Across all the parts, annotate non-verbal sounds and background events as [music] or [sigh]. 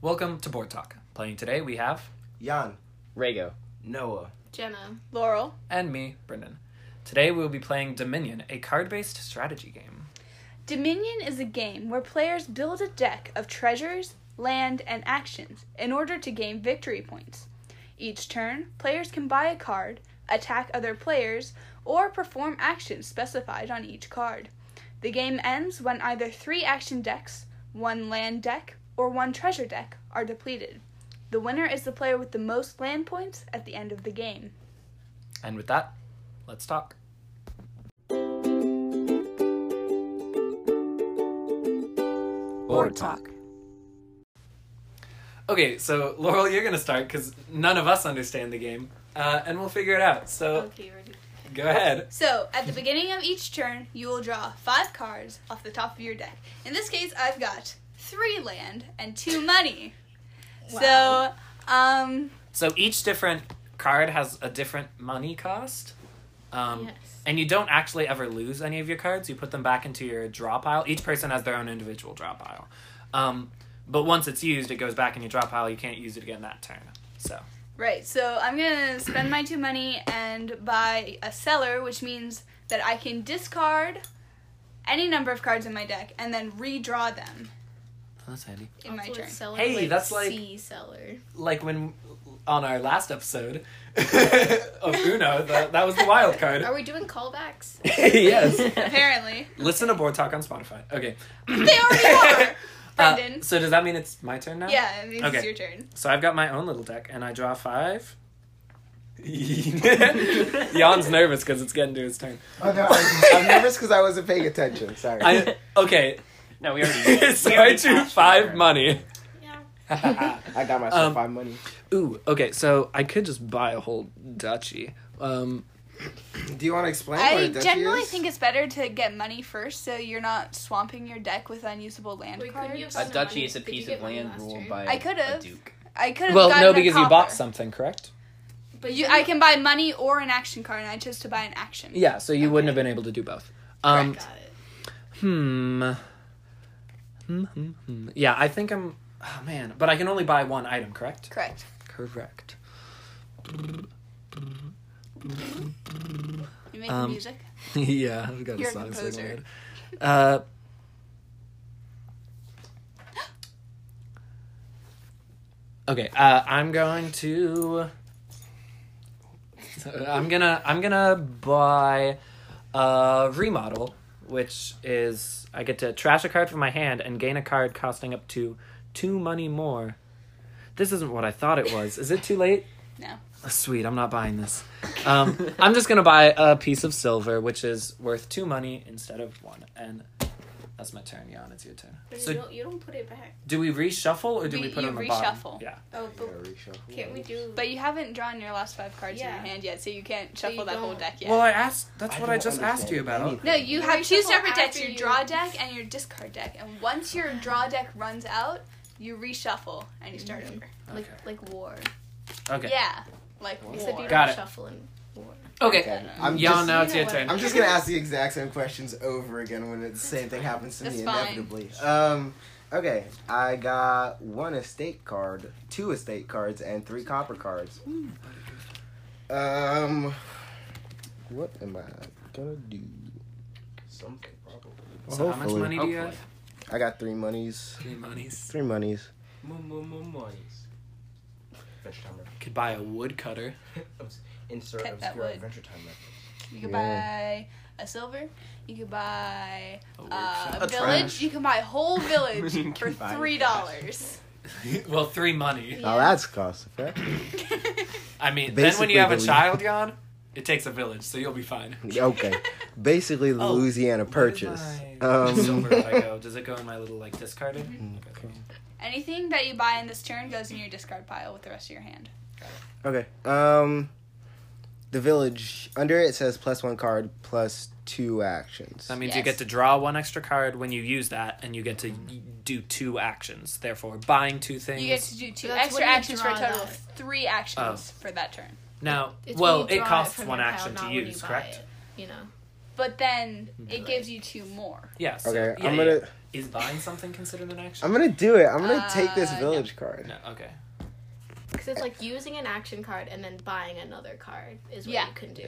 Welcome to Board Talk. Playing today we have Jan, Rago. [laughs] Noah, Jenna, Laurel. and me, Brendan. Today we will be playing Dominion, a card-based strategy game. Dominion is a game where players build a deck of treasures, land, and actions in order to gain victory points. Each turn, players can buy a card, attack other players, or perform actions specified on each card. The game ends when either three action decks, one land deck, or one treasure deck are depleted. The winner is the player with the most land points at the end of the game. And with that, let's talk. Board Talk. Okay, so Laurel, you're gonna start because none of us understand the game, uh, and we'll figure it out. So ready. go ahead. So, at the beginning of each turn, you will draw five cards off the top of your deck. In this case, I've got three land and two money. So, um, So each different card has a different money cost. Um, Yes. And you don't actually ever lose any of your cards. You put them back into your draw pile. Each person has their own individual draw pile. Um, but once it's used, it goes back in your draw pile. You can't use it again that turn. So right, so I'm gonna spend my two money and buy a seller, which means that I can discard any number of cards in my deck and then redraw them that's handy. in my Also, turn. it's Seller, Hey, that's like- sea seller. Like when on our last episode [laughs] of Uno, that, that was the wild card. Are we doing callbacks? [laughs] yes. [laughs] [laughs] Apparently, Listen to Board Talk on Spotify. Okay. they already are. [laughs] Uh, Brendan. so does that mean it's my turn now? yeah, I mean, Okay. it's your turn. So I've got my own little deck, and I draw [laughs] five. Jan's nervous because it's getting to his turn. Oh no, I, I'm nervous because I wasn't paying attention. Sorry. I [laughs] okay. No, [laughs] we already. we so I already drew passed five her. money. Yeah. [laughs] I got myself Um, five money. Ooh. Okay. So I could just buy a whole duchy. Um. Do you want to explain what I a duchy generally is? think it's better to get money first, so you're not swamping your deck with unusable land Wait, couldn't you cards. have A Wasn't duchy money. is a Did you piece get of money land last ruled year? by I could've. a duke. I could have. Well, gotten no, a because you copper. bought something, correct? But You, I can buy money or an action card, and I chose to buy an action. Yeah. So you wouldn't have been able to do both. Um. Got it. Hmm. Hmm, hmm, hmm. Yeah, I think I'm. Oh man, but I can only buy one item, correct? Correct. Correct. You make Um, music. [laughs] yeah, I've got You're a a song composer. sing along. Uh, okay, uh, I'm going to. I'm gonna I'm gonna buy a remodel, which is I get to trash a card from my hand and gain a card costing up to two money more. This isn't what I thought it was. Is it too late? No. Sweet, I'm not buying this. Um, I'm just gonna buy a piece of silver, which is worth two money instead of one, and that's my turn. Jan, it's your turn. But So- you, don't, you don't put it back. Do we reshuffle or do we, We- put it on you the bottom? reshuffle. Yeah. Oh, Yeah, but reshuffle. can't we do? But you haven't drawn your last five cards in Yeah. your hand yet, so you can't So shuffle you that whole don't- deck yet. Well, I asked. That's I what I don't just asked you understand about. anything. no, you You have two reshuffle separate decks: after your you- draw deck and your discard deck. And once your draw deck runs out, you reshuffle and you start Mm-hmm. over. like Okay. like war. Okay. Yeah, like Wow. Except war. you Got don't it. shuffle in war. Okay. Okay, I'm Jan, uh, just, now it's You your know what? turn. I'm just [laughs] gonna ask the exact same questions over again when it's the same thing happens to That's me fine. inevitably. Um, okay, I got one estate card, two estate cards, and three copper cards. Um, what am I gonna do? Something probably. So how much money do you have? Hopefully. I got three monies. Three monies. Three monies. Adventure Time reference. Could buy a woodcutter. Oops. Insert Cut that obscure wood. Adventure Time reference. You could buy a silver. You could buy A uh, workshop. a A village. trash. You can buy a whole You village for can buy a three dollars. [laughs] well, three money. Oh, Now that's cost [laughs] effective. I mean, then when Basically you have a the- child, Jan, it takes a village, so you'll be fine. okay, basically the Oh, Louisiana Purchase. [laughs] Silver, Um, if [laughs] I go. Does it go in my little like discarded? Okay. Anything that you buy in this turn goes in your discard pile with the rest of your hand. okay. Um, the village under it says plus one card plus two actions. That means you Yes. get to draw one extra card when you use that, and you get to y- do two actions. Therefore, buying two things. You get to do two But that's extra when you actions for a draw total of three actions Oh. for that turn. now, It's when well, you it draw costs from one your action pile, to not when you use, buy correct? it, you know. but then it gives you two more. Yeah. So, Okay, yeah, I'm uh, yeah. gonna Is buying something considered an action? I'm gonna do it. I'm gonna take this Uh, no. village card. No. Okay. Because it's like using an action card and then buying another card is what Yeah. you can do.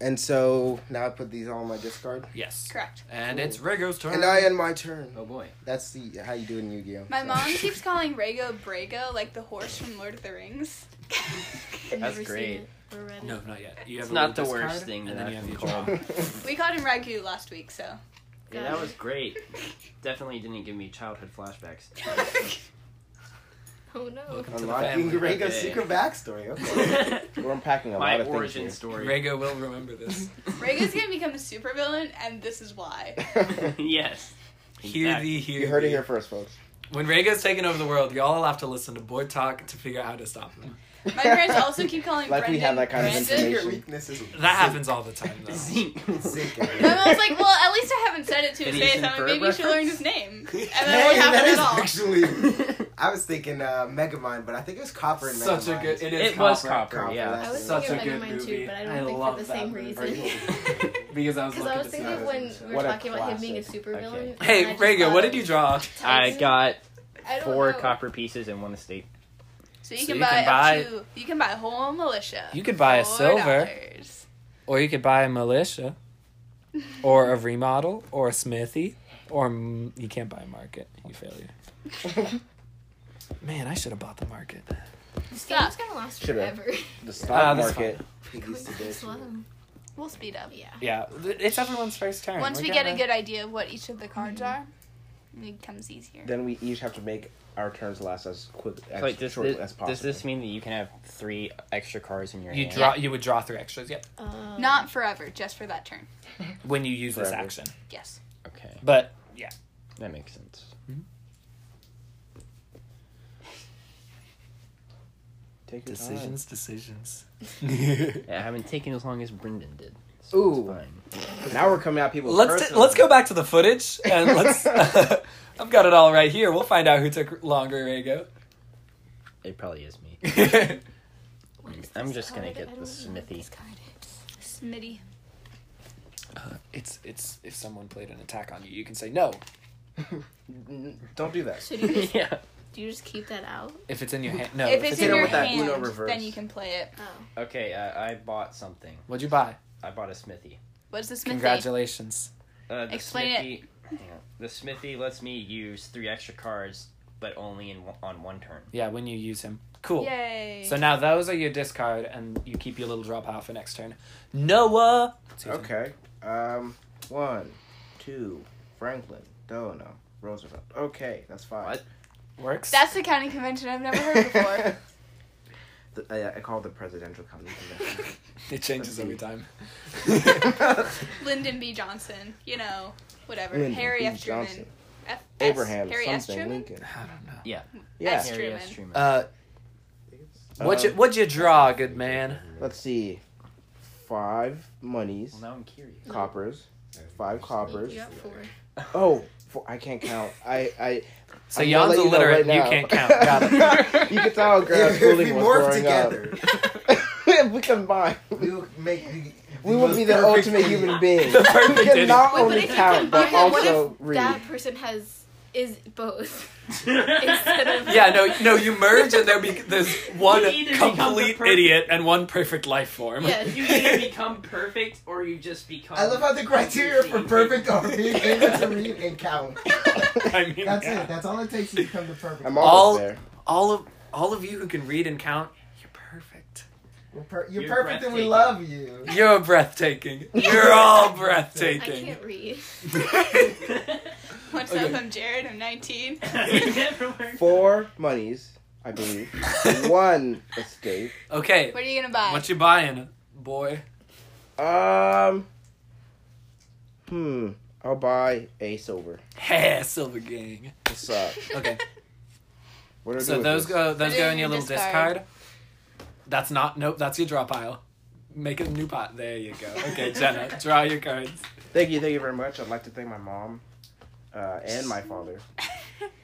And so now I put these all on my discard. Yes. Correct. And it's Rego's turn. And I end my turn. Oh boy. That's the how you do it in Yu-Gi-Oh. My So- [laughs] mom [laughs] keeps calling Rago Brago like the horse from Lord of the Rings. I've That's never seen great. it or read it. No, not yet. You have It's a not the little discard, worst thing and that then I you have can your call. turn. we called him Ragu last week, so. Yeah, that was great. Definitely didn't give me childhood [laughs] flashbacks. [laughs] Oh no. Welcome to the Unlocking family. Rego's Okay. secret backstory. Okay. We're unpacking a My lot of origin things. story. Rego will remember this. Rago's gonna become a supervillain, and this [laughs] is why. Here. [laughs] yes. Hear Exactly. thee, hear you heard it thee. here first, folks. When Rego's taking over the world, y'all will have to listen to Boy Talk to figure out how to stop him. My parents [laughs] also keep calling Like Brendan. we have that kind of Brandon. information. [laughs] weakness is That happens all the time, [laughs] though. Zeke. My mom's like, well, at least I haven't said it to his Phineas face. and I'm like, Ferb maybe you should learn reference? [laughs] his name. And then what happened at all? actually. I was thinking uh, Megamind, but I think it was Copper and Such a good. It, is [laughs] It was copper. Copper, yeah. I was Such thinking a of good Megamind movie. too, but I don't I think for love the that same movie. reason. [laughs] [laughs] Because [laughs] I was Because looking I was to thinking see of if when it we were What a talking about him being a classic. supervillain. Okay. and was- Hey, I just Rego, thought what of did you draw? I Titan. got I don't four know. copper pieces and one estate. So you So can you buy can buy- up to you can buy a whole militia. You could buy a Four silver. dollars. Or you could buy a militia, or a remodel, or a smithy, or m- you can't buy a market. You failure. [laughs] Man, I should have bought the market. This Stop. game's gonna last Shoulda. forever. [laughs] The Ah, stock that's market. Slow. We'll speed up. Oh, Yeah. Yeah, th- it's everyone's first turn. Once We're we get a gonna- good idea of what each of the cards Mm-hmm. are, it becomes easier. Then we each have to make our turns last as quick as Like does, short this, as possible. does this mean that you can have three extra cards in your you hand? draw. You would draw three extras. Yep. Um, Not forever, just for that turn. When you use this Forever. action, Yes. Okay, but that makes sense. Take your time. decisions, decisions. [laughs] Yeah, I haven't taken as long as Brendan did. So Ooh. it's fine. Now we're coming at people. let's t- personally. let's go back to the footage [laughs] and let's. I've got it all right here. We'll find out who took longer, Rego. It probably is me. [laughs] what is I'm this just gonna card? get I don't even the know what smithy. this card is. Smitty. [laughs] it's it's if someone played an attack on you, you can say no Don't do that. Should you just, yeah. do you just keep that out? if it's in your hand. No, if it's in in your with that hand, Uno reverse. then you can play it. Oh. Okay, uh, I bought something. What'd you buy? I bought a smithy. What's the smithy? Congratulations. Uh, the Explain smithy, it. The smithy lets me use three extra cards, but only in one- on one turn. Yeah, when you use him. Cool. Yay. So now those are your discard, and you keep your little drop out for next turn. Noah. It's your turn. Okay. Um, one, two, Franklin, Delano, Roosevelt. Okay, that's five. What? Works. That's the county convention I've never heard before. [laughs] The- uh, I, I call it the presidential [laughs] county convention. it changes every time. [laughs] Lyndon B. Johnson, you know, whatever. Lyndon Harry B. F. Truman. Johnson. F- S- Abraham, Harry S. something, Truman? Lincoln. I don't know. Yeah. S. Harry Truman. Truman. Uh, What'd you Um, What'd you draw, good man? let's see. Five monies, well, now I'm curious. coppers, five coppers. You got [laughs] four. [laughs] [laughs] Oh, four, I can't count. I, I. So Jan's I'm gonna let you know illiterate. right you now. can't [laughs] count. Got it. you can tell how grad If we schooling was morph growing together, up. [laughs] we combine. we will make the, We the would be the most perfect ultimate team. human [laughs] being. The perfect we idiot. can not Wait, but only if you count, but combine, what also if read. that person has is both? [laughs] Yeah, no, [laughs] no. You merge, and there be there's one You either become the complete perfect- idiot and one perfect life form. Yes. You either become perfect or you just become. I love how the criteria for perfect are being able to read and count. [laughs] I mean, That's yeah. it. That's all it takes to become the [laughs] perfect. I'm almost All- almost there. there. all of all of you who can read and count, you're perfect. We're per- you're, You're perfect and we breathtaking. love you. You're breathtaking. You're all I breathtaking. can't read. What's Okay. up? I'm Jared. I'm 19. [laughs] Four monies, I believe. [laughs] One escape. [laughs] okay, What are you gonna buy? what you buying, boy? [laughs] Um. Hmm. I'll buy a silver. Hey, Silver Gang. What's up? Okay, What are so those go those Put go it in your little discard. discard. That's not nope. That's your draw pile. Make a new pot. There you go. Okay, Jenna, draw your cards. Thank you, thank you very much. I'd like to thank my mom, uh, and my father.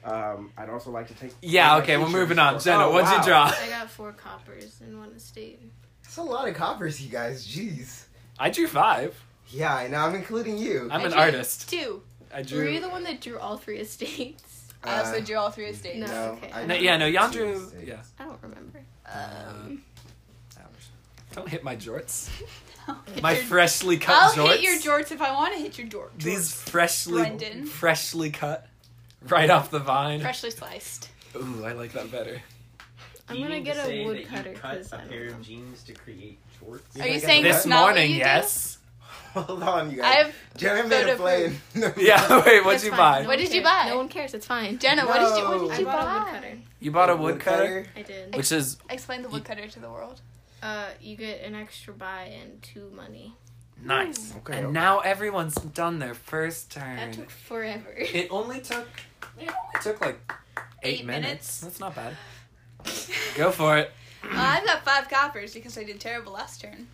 Um, I'd also like to take. Yeah. my Okay, we're teachers moving on. for- Jenna, Oh, what'd you wow. draw? I got four coppers and one estate. It's a lot of coppers, you guys. Jeez. I drew five. Yeah, and I'm including you. I'm I an drew artist. Two. I Were drew. you the one that drew all three estates? [laughs] I also Uh, drew all three estates. No. okay. I the- No, know. yeah, no, y'all drew. Two Yeah. states. I don't remember. Um, [laughs] Don't hit my jorts. Hit My your- freshly cut I'll jorts. hit your jorts if I want to hit your jor- jorts. These freshly, Brendan. freshly cut, right off the vine. freshly sliced. Ooh, I like that better. I'm Do you gonna need to get say a that you woodcutter Cut because a I don't pair know. of jeans to create shorts. You Are you think I saying got That's this that? not what morning, you do? yes. [laughs] [laughs] Hold on, you I guys. have. Jenna made photo a play. [laughs] Yeah. Wait, what'd That's you fine. buy? No What one did you cares. buy? No one cares. It's fine. Jenna, what did you? What No. did I you bought a buy? woodcutter. You bought a woodcutter, I did. which is Explain the woodcutter to the world. Uh, you get an extra buy and two money. nice. Okay, and okay. now everyone's done their first That turn. took forever. It only took. It only took like eight, Eight minutes. minutes. That's not bad. [laughs] Go for it. Uh, I've got five coppers because I did terrible last turn.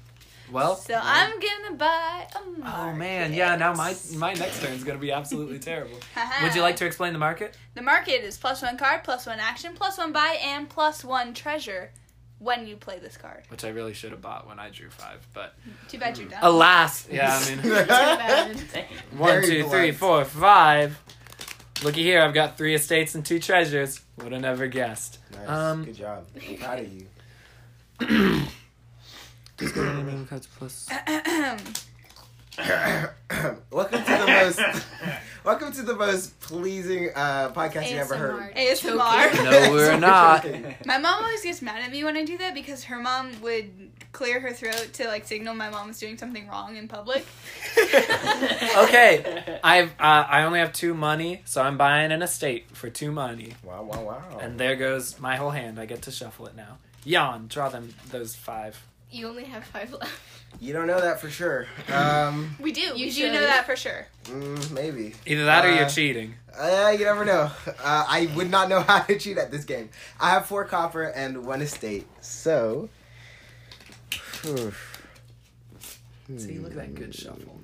Well. so I'm gonna buy a Oh market. man, yeah. Now [laughs] my my next turn's gonna be [laughs] absolutely terrible. Would you like to explain the market? The market is plus one card, plus one action, plus one buy, and plus one treasure when you play this card. Which I really should have bought when I drew five, but Too bad you're Oh. done. alas. Yeah, I [laughs] mean. bad. One, Very two, three, blunt. four, five. Looky here, I've got three estates and two treasures. Would have never [clears throat] guessed. Nice. Um, Good job. I'm proud of you. welcome to the [laughs] most. welcome to the most pleasing uh, podcast you [laughs] ever heard. ASMR. No, [laughs] we're not. Joking. [clears throat] My mom always gets mad at me when I do that because her mom would clear her throat to like signal my mom was doing something wrong in public. [laughs] [laughs] Okay, [laughs] I've uh, I only have two money, so I'm buying an estate for two money, Wow! Wow! Wow! and there goes my whole hand. I get to shuffle it now. Yawn. Draw them those five. You only have five left. you don't know that for sure. Um, We do. You do know that for sure. mm, maybe. Either that or you're Uh, cheating. Uh, you never know. Uh, I would not know [laughs] how to cheat at this game. I have four copper and one estate, so. Phew. See, look at that good shuffle. Hmm.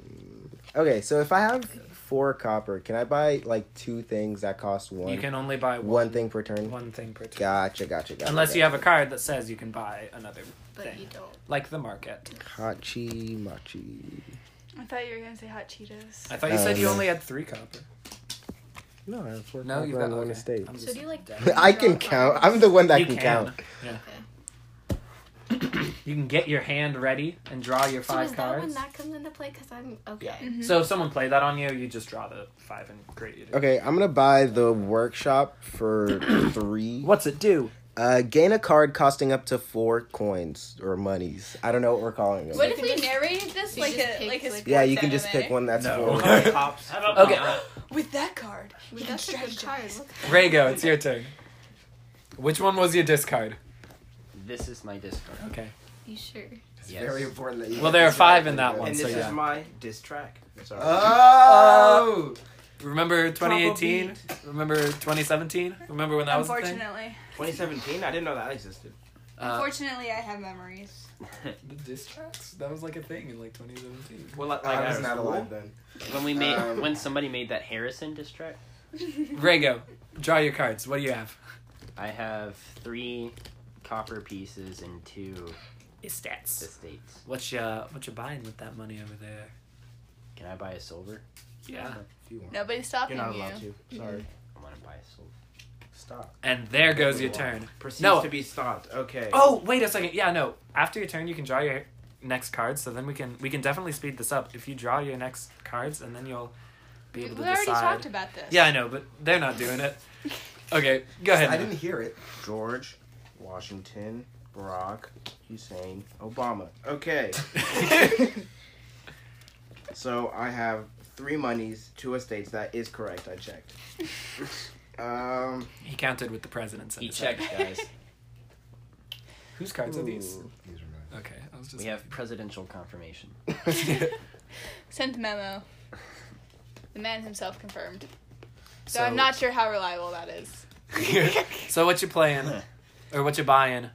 Okay, so if I have four copper, can I buy like two things that cost one? You can only buy one, one thing per turn. one thing per turn, Gotcha, gotcha, gotcha. unless you have a card that says you can buy another, But you don't. like the market. hachi machi. I thought you were gonna say hot Cheetos. I thought you Uh, said you no. only had three copper. No, I have four No, copper you've got and one okay. estate. I'm So just- do you like? [laughs] I can count. I'm the one that You can, can. count. You can get your hand ready and draw your So five is that when cards. that comes into play? Cause I'm okay. Mm-hmm. Mhm. So if someone played that on you, you just draw the five and create it. Okay, I'm gonna buy the workshop for three. What's it do? Uh, gain a card costing up to four coins or monies. I don't know what we're calling it. What You if can we just- narrated this you like just a pick, like a like- sports Yeah, you can just anime? pick one [laughs] that's No. four. Pops. How about Okay, Pop? with that card. Well, that's a good card. Look. Rago, it's your turn. Which one was your discard? This is my discard. Okay. You sure? It's Yes. very important that you. Well, there are five in that one, And so this [laughs] yeah. is my diss track. Sorry. Uh, Oh! Remember 2018? Remember 2017? Remember when that was a thing? Unfortunately, 2017. I didn't know that existed. Uh, unfortunately, I have memories. the distracts? That was like a thing in like 2017. Well, like, I like was at not school? alive then. [laughs] When we made, Um, when somebody made that Harrison diss track, Rago, draw your cards. What do you have? I have three copper pieces and two Stats. estates. What you what you buying with that money over there? Can I buy a silver? Yeah. If you want. Nobody's stopping You're not you. allowed to. Sorry. I want to buy a silver. Stop. And there goes your turn. Oh, Proceeds No. to be stopped. Okay. Oh, wait a second. Yeah, no. After your turn, you can draw your next card. So then we can we can definitely speed this up if you draw your next cards, and then you'll be We able we to already decide. talked about this. yeah, I know, but they're not doing [laughs] it. Okay, go ahead. I now. didn't hear it. George Washington Barack Hussein Obama. [laughs] Okay. So I have three monies, two estates. That is correct. I [laughs] checked. Um, [laughs] he counted with the president's. in He his head. checked, guys. Whose cards are these? [laughs] Ooh, these are Okay, I was just. We have presidential confirmation. mine. [laughs] Sent memo. The man himself confirmed. So, So- I'm not sure how reliable that is. so what you playing, or what you buying?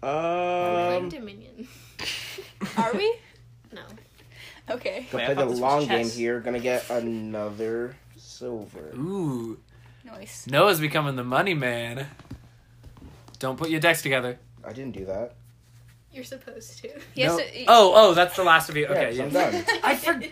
Playing um, Dominion. Are we? No. [laughs] Okay. Wait, gonna play I thought the this was long game chess. here. Gonna get another silver. Ooh, Nice. Noah's becoming the money man. Don't put your decks together. I didn't do that. You're supposed to. Yes. No. it- Oh, oh, that's the last of you. Okay, Yes, I'm yeah. done. I [laughs] forgot.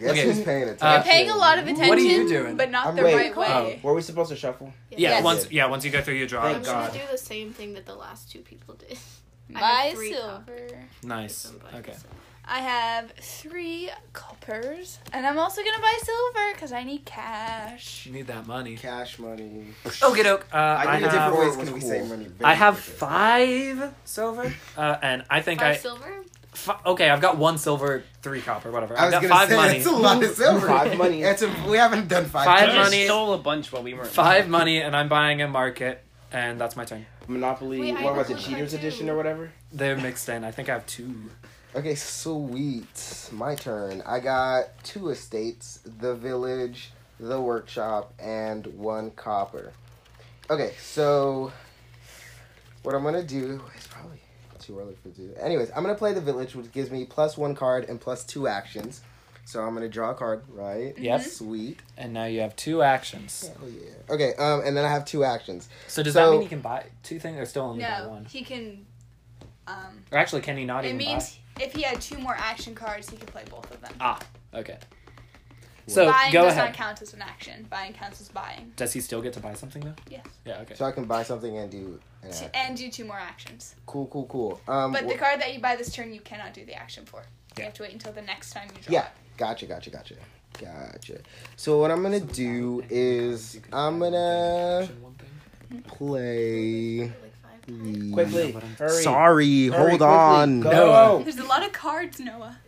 Guess Okay. who's paying attention? Uh, You're paying a lot of attention, What are you doing? Oh. but not I'm the waiting. right way. Were um, we supposed to shuffle? Yeah, Yes. once Oh, yeah, once you go through your draw. I'm Thank gonna God. do the same thing that the last two people did. [laughs] I Buy have three silver. Nice. Somebody Okay. said- I have three coppers, and I'm also gonna buy silver because I need cash. You need that money. Cash money. Oh, get Uh, I, I need have, different ways Four can we was save cool. money. very I have quickly. five silver, uh, and I think Buy I silver? fi- okay. I've got one silver, three copper, whatever. I I've was got gonna five say money, that's a lot of silver. Five money. That's a, we haven't done five. Five I yet. just money- stole a bunch while we weren't. five money, and I'm buying a market, and that's my turn. Monopoly. Wait, I what was it? have one Cheaters card, too. edition or whatever? They're mixed in. I think I have two. Okay, sweet. My turn. I got two estates, the village, the workshop, and one copper. Okay, so what I'm gonna do is probably too early for two. Anyways, I'm gonna play the village, which gives me plus one card and plus two actions. So I'm gonna draw a card, right? Mm-hmm. Yep. Sweet. And now you have two actions. Oh yeah. Okay, um, and then I have two actions. So does So- that mean he can buy two things, or still only buy Mm-hmm. No, one? he can. Um, Or actually, can he not it even means if he had two more action cards, he could play both of them. buy? Okay. Ah, So buying go does ahead. not count as an action. Buying counts as buying. Does he still get to buy something though? Yes. Yeah. Okay. So I can buy something and do. an To- act. and do two more actions. Cool, cool, cool. Um, But the wh- card that you buy this turn, you cannot do the action for. You Yeah. have to wait until the next time you draw. Yeah, gotcha, gotcha, gotcha, gotcha. So what I'm gonna do is I'm gonna play. Like five times. the- Quickly. what I'm- Hurry. Sorry, Hurry, hold quickly, on. go. No. [laughs] There's a lot of cards, Noah.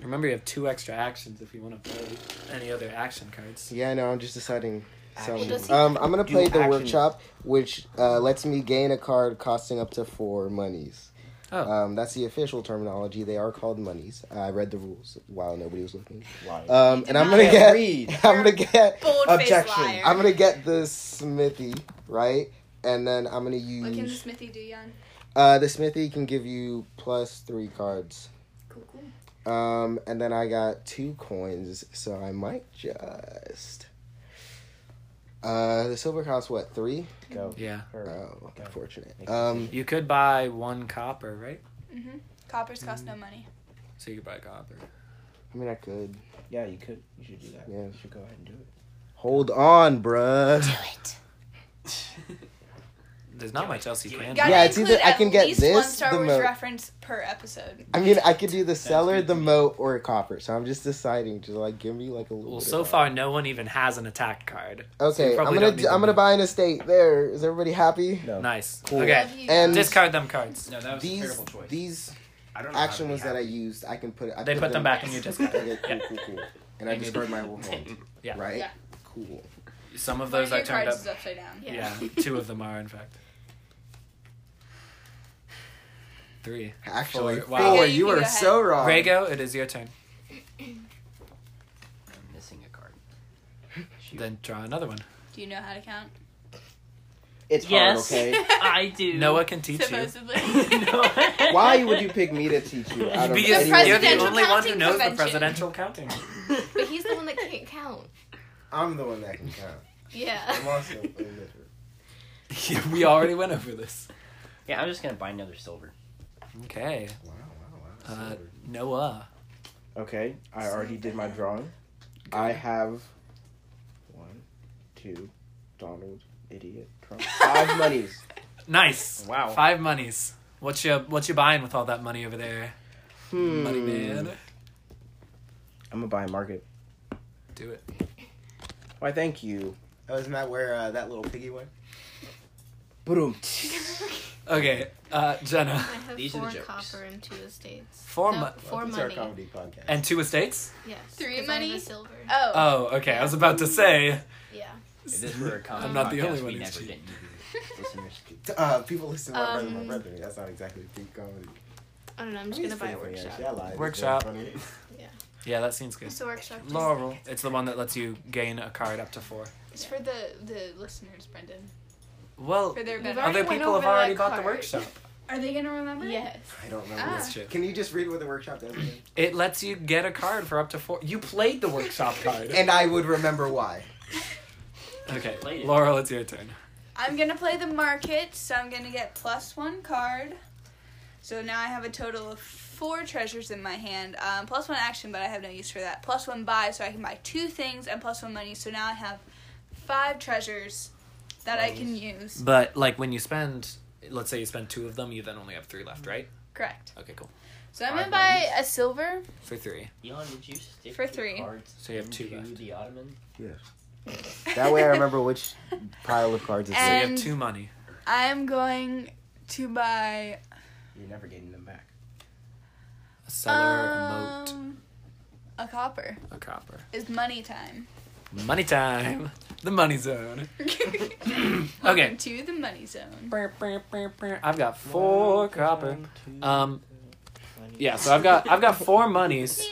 Remember, you have two extra actions if you want to play any other action cards. Yeah, no, I'm just deciding. So Action. Does he- um, I'm gonna Do play the action. workshop, which uh, lets me gain a card costing up to four monies. Oh. Um, that's the official terminology. They are called monies. I read the rules while nobody was looking. Why? Um, and I'm gonna Can't get. read. [laughs] I'm gonna get. Bold-faced Objection. liar. I'm gonna get the smithy right, and then I'm gonna use. What can the Smithy do, Young? Uh, the smithy can give you plus three cards. Cool, cool. Um, and then I got two coins, so I might just. Uh, the silver costs what three? Go. Yeah. Hurry. Oh, Go. unfortunate. Make a Um, You could buy one copper, right? Mm-hmm. Coppers cost no money. So you could buy copper. I mean I could. Yeah, you could. You should do that. Yeah. You should go ahead and do it. Hold on, bruh. There's not much else you can. Gotta do. Yeah, it's include either I at can get least one this, Star the Wars moat. reference per episode. I mean I could do the cellar, the moat, or a copper. So I'm just deciding. Just like give me like a little. Well, bit so of far no one even has an attack card. so you Okay, I'm probably gonna don't d- need I'm them. gonna buy an estate. There is everybody happy? No. Nice. Cool. Okay. Love you. And Discard them cards. No, that was a these terrible choice. these I don't know how action they ones that I happened. used, I can put. I They put them back in your discard. [laughs] Okay, cool, Yeah. cool, cool. And I You discard my whole [laughs] hand. Yeah. Right. Yeah. Cool. Some of One those of your I turned cards up. is upside down. Yeah. Yeah, two of them are in fact. Three. Actually, Four. four. Wow. Rego, you you can are go ahead. so wrong. Rego, it is your turn. I'm missing a card. Then draw another one. Do you know how to count? It's Yes. hard, okay? [laughs] I do. Noah can [laughs] teach [laughs] you. Supposedly. Why would you pick me to teach [laughs] you? Out of Because anyone? you're the presidential only one who counting knows the convention. presidential [laughs] counting. [laughs] But he's the one that can't count. I'm the one that can count. [laughs] I'm Yeah. also illiterate. we already went over this. Yeah, I'm just gonna buy another silver. Okay. Wow, wow, wow. Uh, Noah. Okay, I already did my drawing. I have one, two, Donald, idiot, Trump. Five monies. Nice. Wow. Five monies. What's your What's you buying with all that money over there, Hmm. money man? I'm gonna buy a market. Do it. Why, thank you. Oh, isn't that where uh, that little piggy went? Boom. Okay, uh, [laughs] Jenna. I have These are the four jokes. copper and two estates. Four no, mo- four It's our money. comedy podcast. and two estates. Yes. Three 'cause I have a money? silver. Oh. Oh, okay. I was about to say. Yeah. If [laughs] this were a common I'm not the podcast, only one we who's never cheating. did. [laughs] Listeners. uh, people listen to my brother, my Um, brother. That's not exactly peak comedy. I don't know. I'm just gonna buy a workshop. Yeah, I lied. It's Workshop. very funny. Yeah, that seems good. It's a workshop. Laurel. It's the one that lets you gain a card up to four. It's for the, the listeners, Brendan. Well, For their We've benefit. already other went people have over already that bought the card. workshop. Are they gonna remember? Yes. I don't remember. Ah. That's true. Can you just read what the workshop does? again? It lets you get a card for up to four. You played the workshop card. and I would remember why. Okay, Played it. Laurel, it's your turn. I'm gonna play the market, so I'm gonna get plus one card. So now I have a total of four treasures in my hand. Um, plus one action, but I have no use for that. Plus one buy, so I can buy two things, and plus one money. So now I have five treasures that I can use. But like when you spend, let's say you spend two of them, you then only have three left, right? Correct. Okay, cool. So I'm Five gonna buy a silver. For three, Elon, would you stick For the three. cards So you have two into left. the ottoman? That way I [laughs] remember which pile of cards it's so you And- have two money. I'm going to buy. You're never getting them back. A cellar, a moat, Um, a copper. a copper. It's money time. Money time. The money zone. [laughs] Okay. To the money zone. I've got four copper. Um, yeah. So I've got I've got four monies.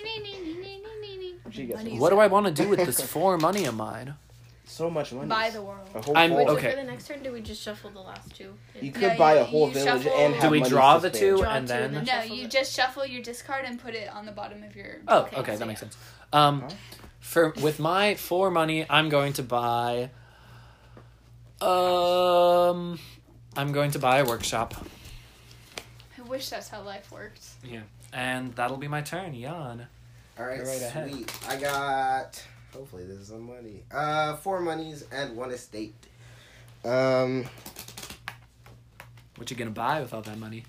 She gets Money. What do I want to do with this four money of mine? [laughs] so much money. Buy the world. A whole I'm- vault. So okay. for the next turn, do we just shuffle the last two? You could Yeah, buy you- a whole you village shuffle- and Do have we money draw to the spend. two Draw and two then? and No, Shuffle you it. just shuffle your discard and put it on the bottom of your. Oh, Okay, okay, so that makes yeah. sense. Um, Huh? for with my four money, I'm going to buy. Um, I'm going to buy a workshop, I wish that's how [laughs] life worked. and that'll be my turn. Yawn. All right, Go right ahead. sweet. I got. Hopefully, this is some money. Uh, four monies and one estate. Um, What you gonna buy with all that money?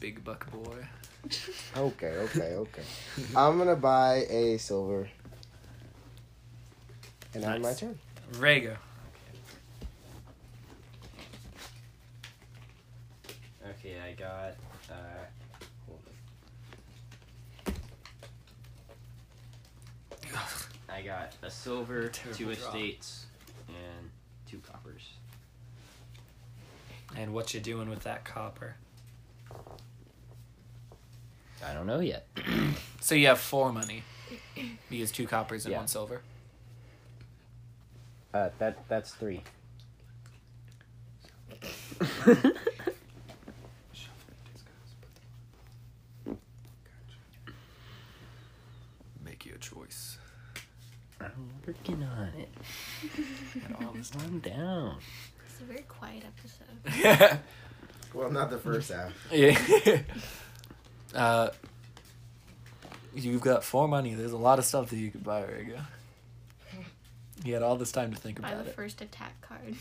Big buck boy. okay, [laughs] okay, okay. I'm gonna buy a silver. And now my Nice. turn. Rego. Okay, I got. Uh, hold on. I got a [laughs] silver, Terrible two draw. estates, and two coppers. And what you doing with that copper? I don't know yet. So you have four money. You use two coppers and Yeah. one silver. Uh, that that's three. Make your choice. I'm working on it. Got all this time down. It's a very quiet episode. [laughs] yeah. Well, not the first [laughs] half. [laughs] uh, you've got four money. There's a lot of stuff that you could buy, Rego. You had all this time to think Buy about the it. first attack card.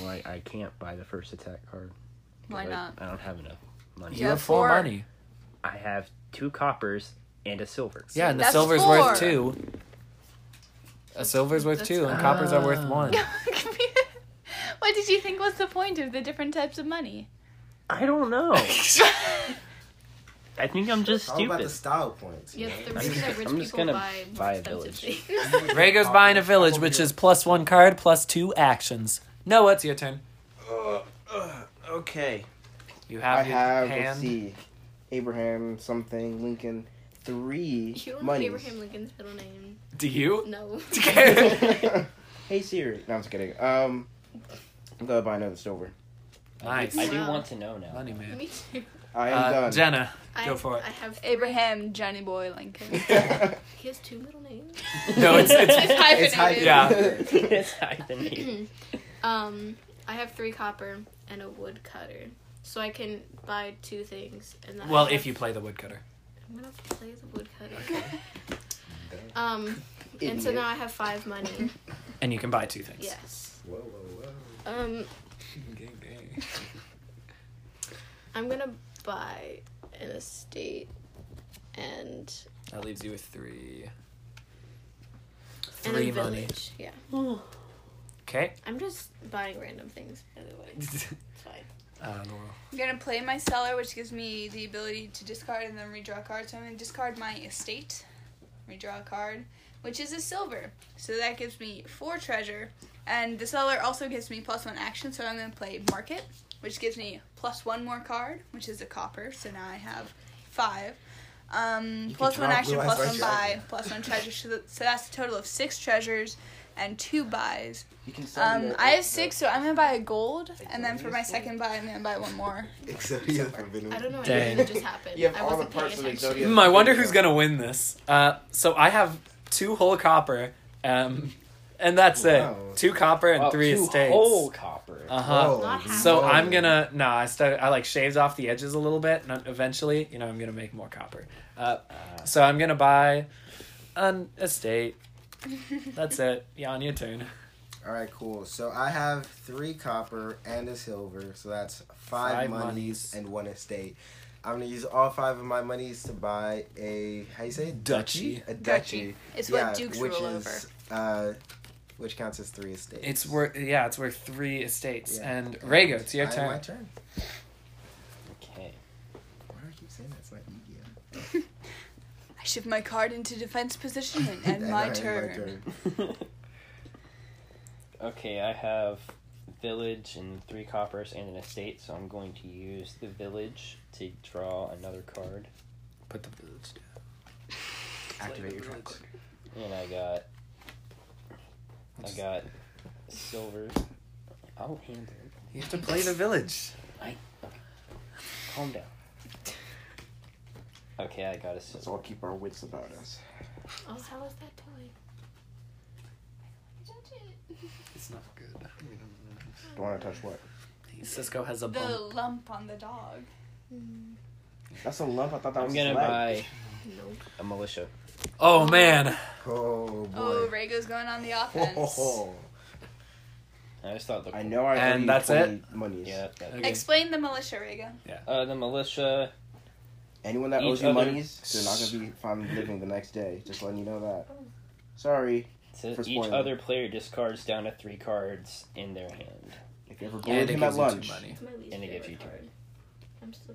Well, I, I can't buy the first attack card. Why Like, not? [laughs] I don't have enough money. You have four, money. I have two coppers and a silver. Yeah, and the That's silver's four. worth two. A silver's worth That's two, and fine. coppers are worth [laughs] one. what did you think was the point of the different types [laughs] of money? I don't [laughs] know. I think I'm just It's all about stupid. the style points. Yeah, the I'm reason just- that rich I'm just people gonna buy, buy a expensive village. things. Rego's buying a village, which is plus one card, plus two actions. No, it's your turn. [laughs] Okay. You have I your have, let's hand. see, Abraham something, Lincoln, three [laughs] You don't money. know Abraham Lincoln's middle name. Do you? No. [laughs] hey Siri. [laughs] No, I'm just kidding. Um, I'm gonna buy another silver. nice. I do Wow. want to know now. Money man. [laughs] Me too. I am Uh, done. [laughs] Jenna, I, go for it. I have three. Abraham Johnny Boy Lincoln. [laughs] He has two middle names. [coughs] no, it's it's [laughs] It's hyphenated. [laughs] It's hyphenated. [coughs] Um, I have three copper and a wood cutter, so I can buy two things. And then I well have- if you play the woodcutter. I'm gonna play the wood cutter. um, and so Idiot. now I have five [laughs] money. And you can buy two things. yes. Whoa, whoa, whoa. Um, Gang, gang. I'm gonna buy an estate and That leaves you with three. and a Three money. village. Yeah. Okay. I'm just buying random things. By the way, it's fine. [laughs] uh, Laurel. I'm gonna play my cellar, which gives me the ability to discard and then redraw cards. So I'm gonna discard my estate, redraw a card, which is a silver. So that gives me four treasure, and the cellar also gives me plus one action. So I'm gonna play market, which gives me plus one more card, which is a copper. So now I have five. Um, You plus can one draw action, blue eyes plus right one buy, there. plus one treasure. So, that, so that's a total of six treasures and two buys. You can send me Um, the- I have the- six, so I'm gonna buy a gold, and then for my second buy, I'm gonna buy one more. Except you have I don't know what Dang. just happened. You have I all the wasn't hmm, paying parts of the attention. zodiac. Mm, I wonder who's gonna win this. Uh, so I have two whole copper, um, and that's Wow. it. Two copper and Oh, three two estates. Whole copper. Uh huh. Not half. So Whoa. I'm gonna no, I started I like shaved off the edges a little bit, and eventually, you know, I'm gonna make more copper. Uh, so I'm gonna buy an estate. That's it. Yeah, on your turn. All right, cool. So I have three copper and a silver, so that's five, Five monies, monies. and one estate. I'm gonna use all five of my monies to buy a how you say it? Duchy. A Duchy. duchy. It's yeah, what dukes which rule is, Uh, which counts as three estates. It's worth yeah, it's worth three estates. Yeah. And Rago, it's your I- turn. My turn. Okay. [laughs] Why do I keep saying that's not Yu-Gi-Oh? I shift my card into defense position [laughs] and end And my I end turn. okay, I have village and three coppers and an estate, so I'm going to use the village to draw another card. Put the village down. Activate your trump Village. And I got I got silver. I'll handle it. You have to play the village. Calm down. Okay, I got a silver. Let's all keep our wits about us. Oh, how was that toy? It's not good. Don't want to touch what? Cisco has a The bump. lump on the dog. That's a lump. I thought that I'm was leg. gonna buy Nope. a militia. Oh man. Oh boy. Oh, Rago's going on the offense. I just thought the I know I owe And you that's 20 monies. Yeah. that- Okay. Explain the militia, Rago. [laughs] Uh, the militia. Anyone that Each owes you other- monies, they're not gonna be fine living the next day. Just letting you know that. Sorry So For each spoiling. other player discards down to three cards in their hand. if you ever And bullied it him at gives you two lunch. money. It's my least And it gives favorite you two. card. I'm still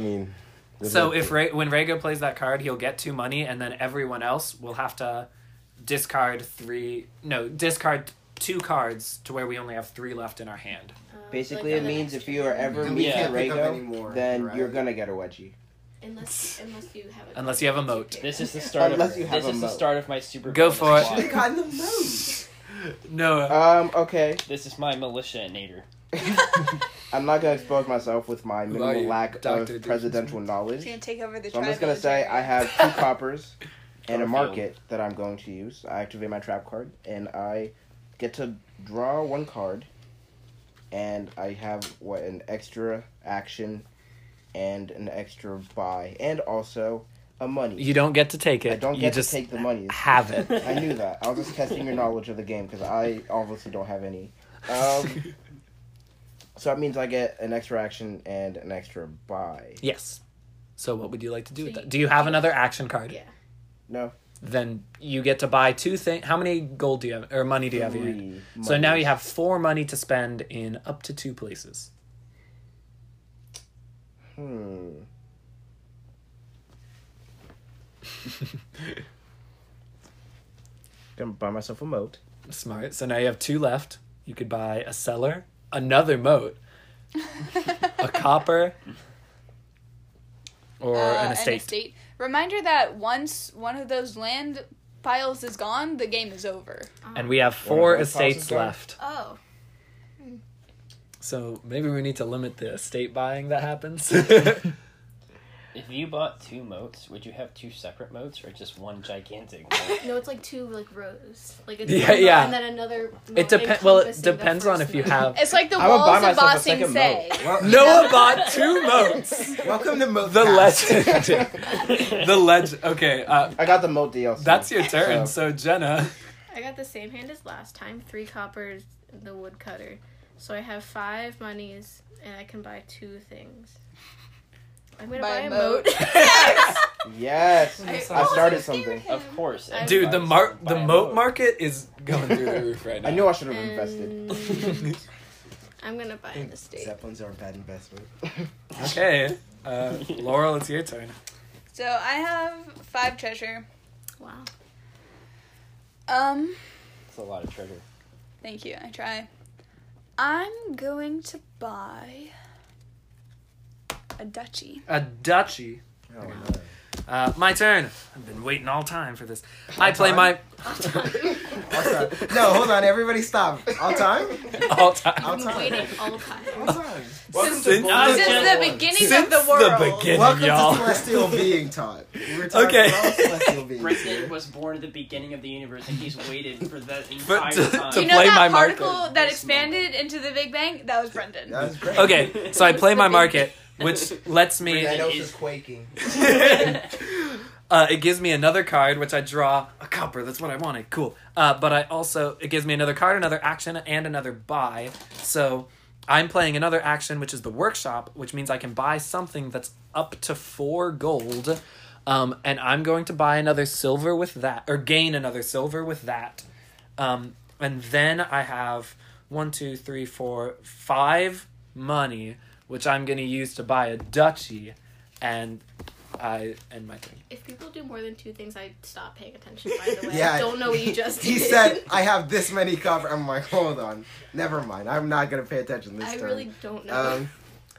[laughs] [laughs] mean? So if Ra- when Rago plays that card, he'll get two money, and then everyone else will have to discard three. No, discard two cards to where we only have three left in our hand. Uh, Basically, like, it on the means next if you are turn. ever Then we meeting can't pick up Rago, anymore, then right? you're gonna get a wedgie. [laughs] Unless, unless you have a Unless you have a moat. This is [laughs] the start Unless of you have this a is the moat. start of my super. Go bonus for it. squad. Should've gotten the most. No. Um. Okay. This is my militia nader. I'm not gonna expose myself with my Who are minimal you? lack Dr. of Doomsday? [laughs] presidential knowledge. He's going to take over the So I'm just tribalism. gonna say I have two coppers and a Garfield. market that I'm going to use. I activate my trap card and I get to draw one card and I have what an extra action and an extra buy and also a money. You don't get to take it. I don't you get just to take the money. have it. [laughs] I knew that. I was just [laughs] testing your knowledge of the game because I obviously don't have any. [laughs] Um, so that means I get an extra action and an extra buy. yes. So what would you like to do with So that? you- Do you have another action card? Yeah. No. Then you get to buy two things. How many gold do you have or money do you have? in your hand? Three So now you monies. have four money to spend in up to two places. Hmm. [laughs] Gonna buy myself a moat. Smart. So now you have two left. You could buy a cellar, another moat, [laughs] [laughs] a copper, or Uh, an estate. Reminder that once one of those land piles is gone, the game is over. And we have One four of those estates houses there? left. Oh. So maybe we need to limit the estate buying that [laughs] happens. If you bought two moats, would you have two separate moats or just one gigantic? [laughs] moat? No, it's like two like rows. Like it's Yeah, one row yeah. and then another. it depends. Well, it depends on if you have. [laughs] It's like the I would buy walls of myself a Ba Sing second Se. Noah bought two moats. Welcome to Moat The Cast. legend. the legend. Okay, uh, [laughs] I got the moat DLC. that's [laughs] your turn. So- So Jenna, [laughs] I got the same hand as last time. Three coppers, the woodcutter. So I have five monies, and I can buy two things. I'm gonna Buy buy, a a moat. [laughs] yes, I- I started something. of course, I- dude, the everybody's mar- gonna the buy a moat market is going through [laughs] the roof right now. I knew I should have invested. [laughs] and I'm gonna buy an estate. Zeppelins are a bad investment. Okay. [laughs] Uh, Laurel, it's your turn. So I have five treasure. Wow. Um, It's a lot of treasure. thank you. I try. I'm going to buy a duchy. A duchy. Oh, no. Uh, my turn. I've been waiting all time for this. I play my All time. No, hold on. Everybody stop. All time? [laughs] all time. All time. Waiting all time. All time. Welcome Welcome to Since- Borderlands Since Since the the 1. beginning Since of the world. beginning, Welcome y'all. to Celestial Being Todd. We're talking Okay. about Celestial Beings Brendan here. was born at the beginning of the universe, and he's waited for that [laughs] But entire to- time. to you know [laughs] play that my market. particle that expanded into the Big Bang? That was Brendan. That was [laughs] great. okay, so I play my market, which lets me. Thanos is quaking. uh, it gives me another card, which I draw a copper. That's what I wanted. Cool. Uh, but I also it gives me another card, another action, and another buy. So I'm playing another action, which is the workshop, which means I can buy something that's up to four gold. Um, and I'm going to buy another silver with that, or gain another silver with that. Um, and then I have one, two, three, four, five money, which I'm going to use to buy a duchy. And I end my turn. If people do more than two things, I stop paying attention. By the way, Yeah, I don't know what you just [laughs] He did. [laughs] said, "I have this many copper." I'm like, "Hold on, never mind. I'm not gonna pay attention this I turn." really don't know. Um,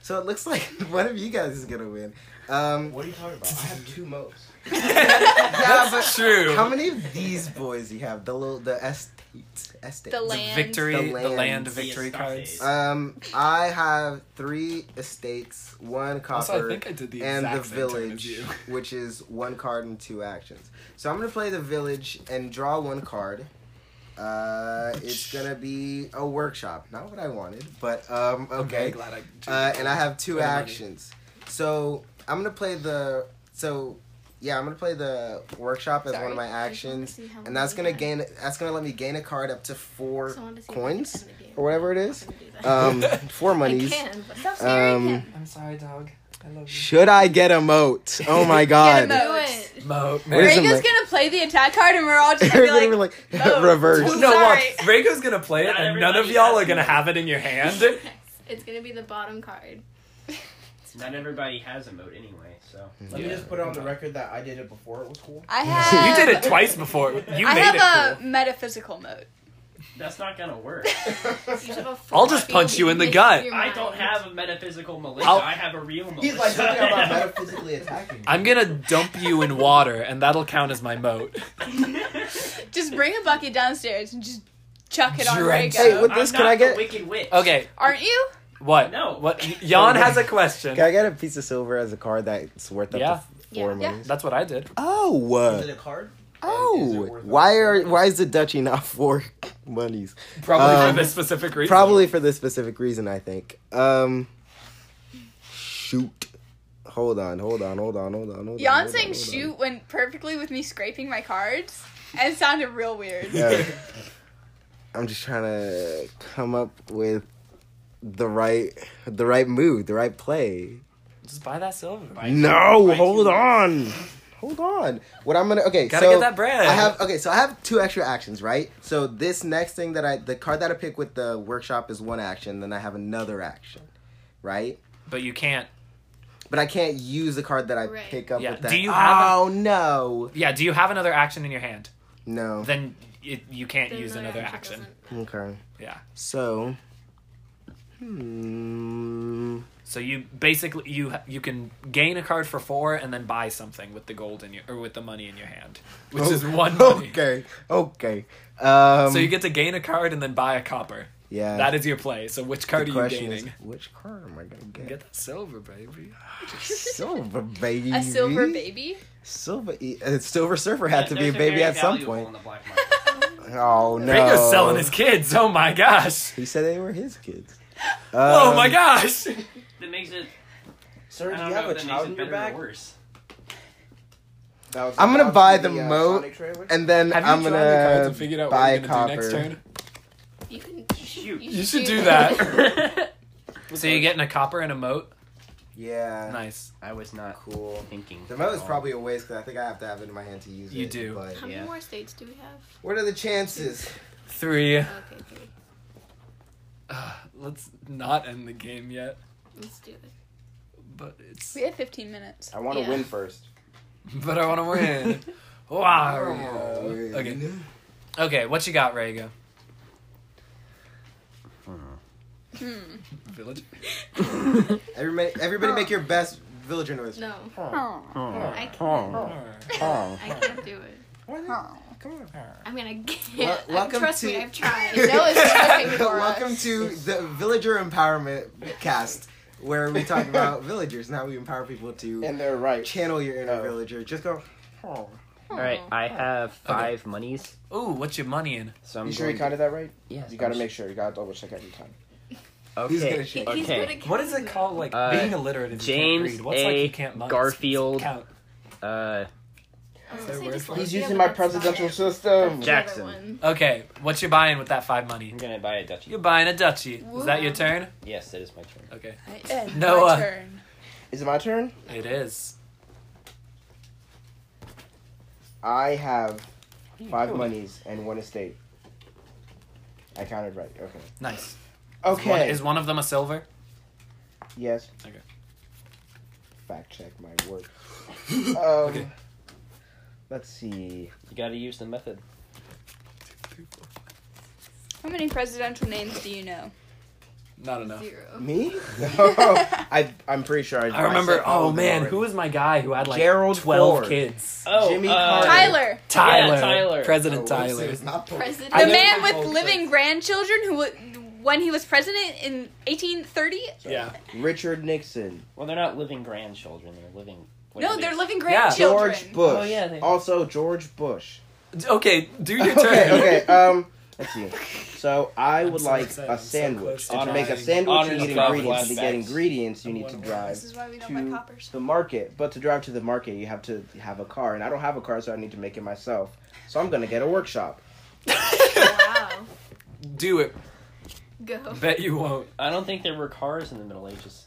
so it looks like [laughs] one of you guys is gonna win. Um, What are you talking about? I have two moats. yeah, but That's true. how many of these boys you have? The little, the estate, estate. The The land. victory, The [laughs] the land, land. victory The cards. Uh, estate. Um, I have three estates, one copper, did the and the village, [laughs] which is one card and two actions. So I'm gonna play the village and draw one card. Uh, it's gonna be a workshop, not what I wanted, but um, [laughs] okay. glad I. Uh, and I have two Better money. actions. So I'm gonna play the so yeah I'm gonna play the workshop as one Sorry. of my I just wanna actions, see how and that's many gonna I- gain that's gonna let me gain a card up to I four just wanted to see if I could coins end the game. or whatever it is. I'm gonna do that. Um, four I monies. can, but [laughs] [laughs] Stop scaring Um, him. I'm sorry, dog. I love Should I get a moat? [laughs] Oh Get a my [laughs] god. moat. do it. Mo, Where's Mary- the Rega's mic? gonna play the attack card and we're all just They're gonna gonna be be like, like [laughs] oh. reverse. [laughs] I'm no, sorry. watch. Rega's gonna play it, Not and none of everybody y'all are has gonna one. have it in your [laughs] hand. [laughs] It's gonna be the bottom card. Not everybody has a moat anyway, so. Let me just put it on the record that I did it before it was cool. [laughs] I you have. did it twice before. You I made have it. a cool. metaphysical moat. That's not gonna work. You have a I'll just floppy punch you in the mix gut. of your I don't mind. have a metaphysical militia. I'll- i have a real militia. He's like something [laughs] [laughs] about metaphysically attacking. me. I'm gonna dump you in water, and that'll count as my moat. Just bring a bucket downstairs and just chuck it on Drench. Rego. Hey, what- I'm This, not can I get- the wicked witch. Okay, Aren't you? what? No. What? Jan has a question. Can I get a piece of silver as a card that's worth up Yeah. to four Yeah. monies? That's what I did. Oh. Is uh, it a card? And is Oh. it worth Why it? are why is the duchy not [laughs] four monies? Probably Um, for this specific reason. [laughs] Probably for this specific reason, I think. Um shoot. Hold on, hold on, hold on, hold on, hold on. Jan hold on, saying hold on. shoot went perfectly with me scraping my cards and it sounded real weird. Yeah. I'm just trying to come up with the right the right move, the right play. Just buy that silver. No, hold on. Hold on. What I'm gonna okay, Gotta so get that bread. I have okay, so I have two extra actions, right? So this next thing that I the card that I pick with the workshop is one action, then I have another action, right? but you can't. But I can't use the card that I Right. pick up Yeah, with that. do you oh have no. Yeah. Do you have another action in your hand? No. Then it, you can't Then use my another action. doesn't- Okay. Yeah. So hmm, So you basically you ha- you can gain a card for four and then buy something with the gold in your or with the money in your hand, which [laughs] is one money. Oh, Okay. Okay. Um So you get to gain a card and then buy a copper. yeah. that is your play. So which the card are you question is, gaining? which card am I gonna get? Get that silver, baby. Silver baby. A silver baby? [laughs] Silver. e- Uh, silver Surfer Yeah, had to be a those are baby very at some valuable point. on the black market. Oh no! Ringo's selling his kids. Oh my gosh. He said they were his kids. [laughs] oh Um, my gosh. That makes it. Sir, I do don't you know have a if that makes child in it your better back? or worse. That was- I'm gonna that was buy the uh, moat Sonic trailer. And then Have you I'm drawn your cards gonna and figured out buy what a you're gonna do copper. next turn? You can. Shoot. You should do that. so you're getting a copper and a moat. Yeah. Nice. [laughs] I was not Cool. thinking. The moat is probably a waste because I think I have to have it in my hand to use it. You do. But [laughs] How many Yeah. more states do we have? what are the chances? Three. Okay, three. [sighs] Let's not end the game yet. Let's do it. But it's. We have 15 minutes. I want to Yeah. win first. [laughs] But I want to win. wow. Okay. Okay. What you got, Rega? Hmm. Village. Everybody, everybody, make your best villager noise. No, Oh. I can't. Oh. I can't do it. I mean, I can't. Wel- I- welcome trust to- [laughs] me, I've tried. No, it's [laughs] okay for us. Welcome to the Villager Empowerment Cast. where [laughs] we talk about villagers and how we empower people to And they're right. channel your inner Oh. villager. Just go. Oh. All right, I have five monies, Ooh, what's your money in? so I'm You sure going. you counted that right? to- yes, You gotta I'm make sure. You gotta double check every time. sure- Okay. He's gonna shit. He's Okay. good at What is it counting called? Like Uh, being illiterate and you James can't read. What's A. like you can't mon- Garfield. count? Uh, I was gonna Is say there a word for it? dyslexia, He's but using my that's not presidential it. system. That's the other Jackson. one. Okay, what you buying with that five money? I'm gonna buy a duchy. You're buying a duchy. Is that your Woo. turn? Yes, that is my turn. Okay, And Noah. my turn. Is it my turn? it is. I have five doing? monies and one estate. I counted right. Okay. Nice. Is one, Okay. is one of them a silver? Yes. Okay. Fact check my work. Um, Okay. Let's see. You gotta use the method. How many presidential names do you know? Not enough. Zero. Me? [laughs] I I'm pretty sure I. I remember. said all Oh of them man, already. who was my guy who had like Gerald twelve Ford. kids? Oh, Jimmy uh, Tyler, Tyler, Tyler. President Oh, Tyler. it's not Pope. President. the know man my with whole living grandchildren who, wa- when he was president in 1830, Yeah, Richard Nixon, Well, they're not living grandchildren. They're living. what no, are they? they're living Yeah. grandchildren. George Bush. Oh, yeah, they- Also George Bush. D- Okay, do your turn. [laughs] okay. Okay. Um. Let's see. So I I'm would so like excited. I'm a so sandwich. close and to to make a driving. sandwich, you Honors need above ingredients. And to get flashbacks. ingredients, you need to This drive This is why we don't to buy coppers. the market. But to drive to the market, you have to have a car, and I don't have a car, so I need to make it myself. So I'm gonna get a workshop. wow. [laughs] Do it. Go. Bet you won't. I don't think there were cars in the Middle Ages.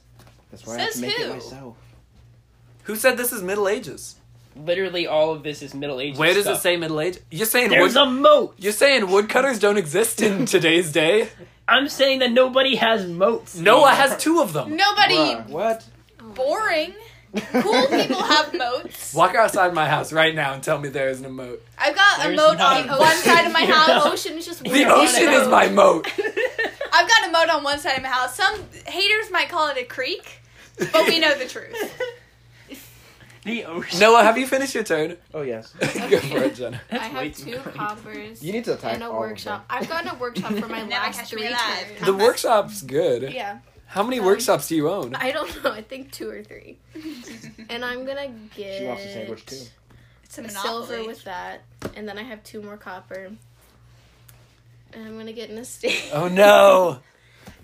That's why I have to Says make who? it myself. Who said this is Middle Ages? Literally, all of this is Middle Ages. Where does stuff. it say Middle Age? You're saying There's wood- a moat. you're saying woodcutters don't exist [laughs] in today's day. I'm saying that nobody has moats. Noah anymore. [laughs] has two of them. Nobody Bruh, what? boring. Cool people have moats. Walk outside my house right now and tell me there isn't a [laughs] moat. I've got a There's moat not on a one moat. side of [laughs] my You're house. The ocean is just The weird. ocean is my moat. I've got a moat on one side of my house. Some haters might call it a creek, but we know the [laughs] truth. the ocean. Noah, have you finished your [laughs] turn? [laughs] Oh yes. Go for it, Jenna. I have [laughs] Wait. two coppers You need to attack and a all workshop. of I've gotten a workshop for my [laughs] Never last catch three me alive. turns. The workshop's good. Yeah, How many Um, workshops do you own? I don't know. I think two or three. And I'm gonna them. get She wants a sandwich too. It's a a monopoly. silver with that, and then I have two more copper. And I'm gonna get an estate. Oh [laughs] no!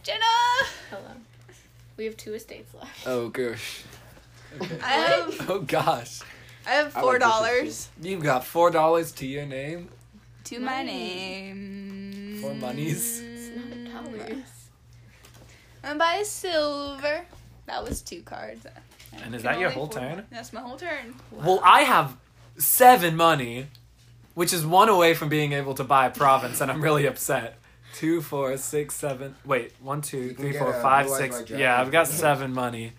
Jenna. Hello. We have two estates left. Oh [laughs] gosh. I have Oh gosh. I have I four like this dollars You've got four dollars to your name. to my name. Four monies. It's not dollars. I'm gonna buy a silver. That was two cards. And is Can that your only whole four- turn? That's my whole turn. Well, I have seven money, which is one away from being able to buy a province, and I'm really upset. Two, four, six, seven. Wait, one, two, You can three, get four, a five, Blue Eyes six. White Dragon. Yeah, I've got seven money.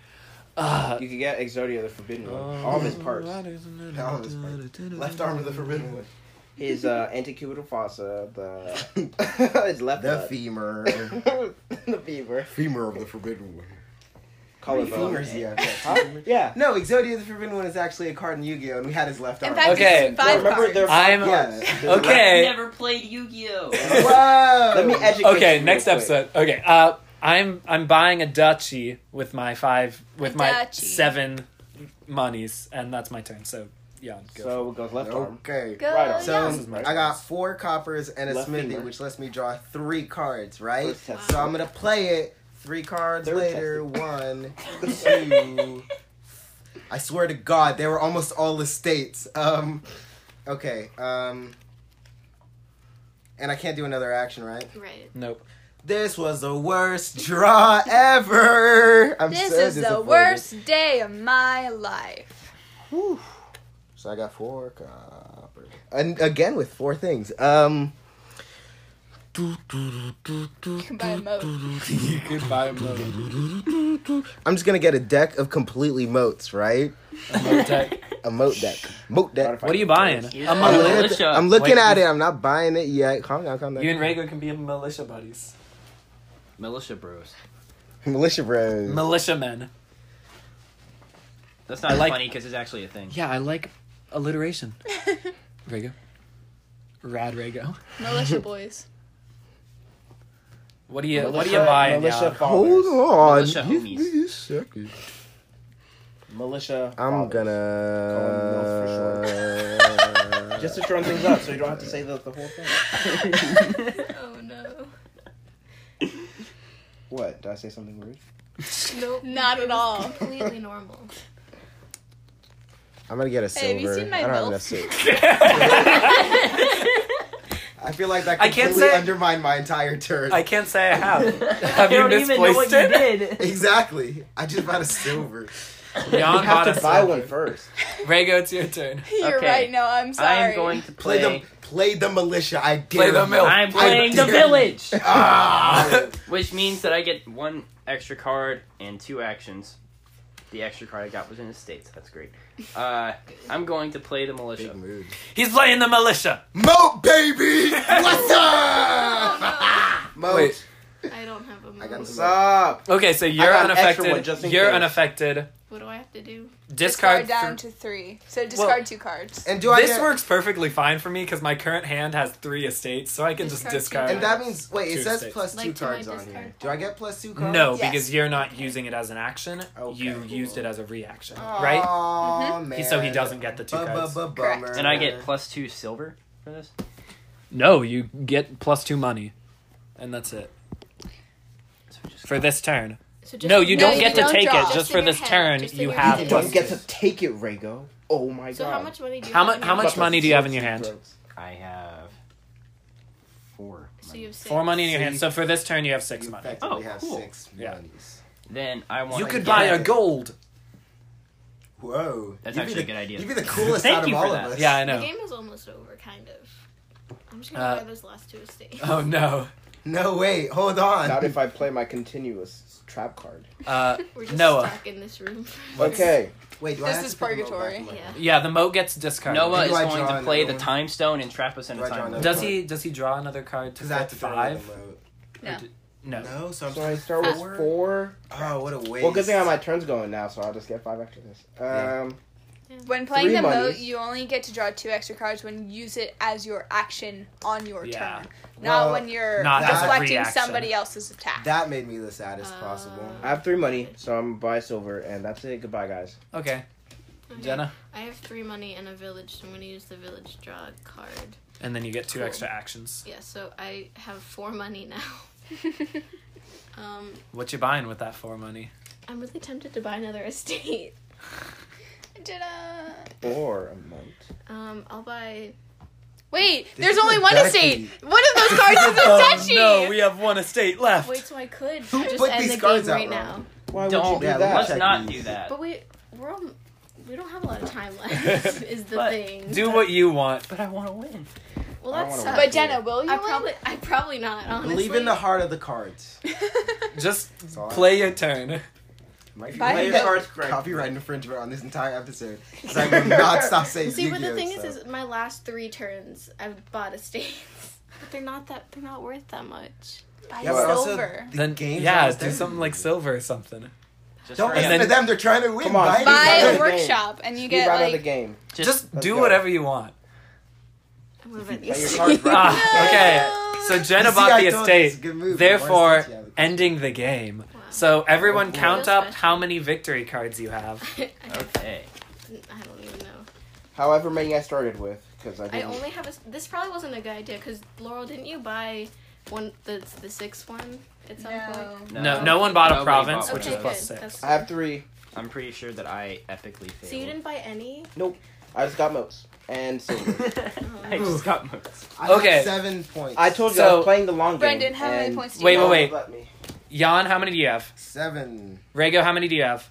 Uh, Oh. You can get Exodia the Forbidden One. All of his parts. All of his Left arm of the forbidden one. His uh, antecubital fossa, the [laughs] his left The butt. femur. [laughs] the fever. [laughs] femur of the forbidden one. Collarbone. Femurs, [laughs] yeah. Huh? Yeah. No, Exodia the Forbidden One is actually a card in Yu-Gi-Oh, and we had his left In arm. fact, Okay. it's five Remember, cards. they're- I'm Yeah. okay. played Yu-Gi-Oh. Whoa! [laughs] Let me educate. you Okay, real next quick. episode. Okay, uh, I'm I'm buying a duchy with my five with my duchy. seven monies, and that's my turn. So yeah, go. So it goes left arm. Okay. Go, Right on. So yeah. This is my I got four coppers and a Left smithy, femur. which lets me draw three cards, right? First test. [laughs] So I'm gonna play it three cards Third later. One, two. I swear to God, they were almost all estates. Um, okay. Um, and I can't do another action, right? Right. Nope. [laughs] This was the worst draw ever. I'm This so is the disappointed. worst day of my life. So I got four copper. And again with four things. Um Can buy a [laughs] moat. [laughs] Goodbye, Mo. I'm just gonna get a deck of completely moats, right? [laughs] A moat deck. Moat deck. What are you buying? A I'm militia. looking, at, the- I'm looking Wait, at you- it. I'm not buying it yet. Calm down, calm down. You and Rago can be militia buddies. Militia bros. Militia bros. Militiamen. That's not I like- funny because it's actually a thing. [laughs] Yeah, [laughs] I like [laughs] alliteration. Rago. Rad Rago. Militia boys. What do you What do Militia- you buy militia down? fathers. Militia homies. second. Militia. I'm fathers. gonna. Just to shorten things up, so you don't have to say the, the whole thing. [laughs] Oh no. What? Did I say something rude? Nope. Not at all. Completely normal. [laughs] I'm gonna get a silver. Hey, have you seen my I don't have milk? enough silver. I feel like that I can't completely say- undermined my entire [laughs] turn. I can't say I have. [laughs] Have you don't even know what misplaced you it? did. [laughs] Exactly. I just bought a silver. Jan you [laughs] have bought to a buy silver. one first. Rego, it's your turn. [laughs] You're Okay. right. No, I'm sorry. I am going [laughs] to Play, play. the play the militia. I dare Play the you. milk. I'm playing the dare you. village. Ah! Which means that I get one extra card and two actions. The extra card I got was in the States. [laughs] That's great. Uh, I'm going to play the militia. [laughs] Big mood. [laughs] He's playing the militia. Moat baby. What's Oh, [laughs] up? Moat. Wait. [laughs] I don't have a I mouse. got the What's up? Okay, so you're got an extra unaffected. one just in you're case. unaffected. What do I have to do? Discard. down th- to three. So discard two cards. And do I this get? works perfectly fine for me because my current hand has three estates, so I can just Discard discard. two. And that means wait. It Two says states. plus Like, two to my cards on discard here. Do I get plus two cards? No, Yes. because you're not using it as an action. Okay. you used it as a reaction, right? Aw, man. He- so he doesn't get the two cards. Correct. And I get plus two silver for this. No, you get plus two money, and that's it So just for this turn. So No, you No, don't you get don't to take draw. it. Just Just for in your this head. turn, Just in you your have. You head. plus don't get two. to take it, Rego. Oh my So god. how much money do you How have? mu- how in your much pocket? money do you have in your hand? I have four. So you have six. Four money in your So hand. you- So for this turn, you have six You money. effectively Oh, have cool. six Yeah. monies. Then I want. You I could get buy a it. gold. Whoa. That's You'd be actually the- a good idea. You'd be the [laughs] coolest Thank out of you for all of that. us. Yeah, I The know. game is almost over, kind of. I'm just gonna Uh, buy those last two estates. [laughs] Oh no. No, wait. Hold on. Not if I play my continuous trap card. Uh, We're just Noah. stuck in this room. Okay. [laughs] Wait, do I This have is to pick them all purgatory. back? Yeah. yeah, the moat gets discarded. Noah Do is I going draw to play the another one? time stone and trap us in Do a I draw time. another Does one? he? Does he draw another card to Because I have fit to throw another five? moat. No. No. No, so I'm So I start with Four? four. Oh, what a waste. Well, good thing I my turn's going now, so I'll just get five extra this. Um, When playing Three the moat, monies. you only get to draw two extra cards when you use it as your action on your Yeah. turn, not Well, when you're not as a deflecting reaction. somebody else's attack. That made me the saddest possible. I have three money, so I'm gonna buy silver, and that's it. Goodbye, guys. Okay, Okay. Jenna, I have three money and a village, so I'm gonna use the village draw a card. and then you get two Cool. extra actions. Yeah, so I have four money now. [laughs] Um, What you buying with that four money? I'm really tempted to buy another [laughs] estate. [laughs] Ta-da. Or a month. Um, I'll buy. Wait, This there's is only a one back estate. beat. One of those cards is a oh duchy. no, we have one estate left. Wait, so I could Who just put end these the game cards out right now. wrong? Why Don't. would you do that? Let's Check not these. do that. But we we're all, we don't have a lot of time left. [laughs] is the But thing. Do what you want. But I want to win. Well, I that's wanna sucks. but Jenna, will you? I win? [laughs] probably I probably not. Honestly. Believe in the heart of the cards. Just That's all I- play your turn. Might be Buy way the- that cards correct. Copyright infringement on this entire episode. 'Cause I will not stop saying See, but the Yu-Gi-Oh, thing so. is, is my last three turns I've bought estates, [laughs] but they're not that they're not worth that much. Buy Yeah, but also, silver. the then game's yeah, almost do over. something like silver or something. Just Don't hurry listen up. to them. They're trying to win. Come on, Buy speak Buy out it. of a the [laughs] workshop, and you Speak get out of the like. [laughs] game. Just, let's do go. whatever you want. Ah, I'm gonna buy Play your [laughs] these. cards right. okay, so Jenna You see, bought the I told you it's a estate, good move. Why therefore doesn't she have a- ending the game. [laughs] Wow. So everyone, Oh, cool. count Feel up special. how many victory cards you have. [laughs] I Okay. don't even know. However many I started with, because I I didn't. only have a. s- This probably wasn't a good idea because Laurel, didn't you buy one the the sixth one at some point? No, no one bought a Nobody province, bought which Okay, is plus good. six. That's- I have three. I'm pretty sure that I epically failed. So you didn't buy any? I just got moats and [laughs] silver. [laughs] I just got moats. I got Okay. Seven points. I told you I So- was playing the long game. Brendan, how many and points do Wait, you wait, wait. have? Let me. Jan, how many do you have? seven. Rego, how many do you have?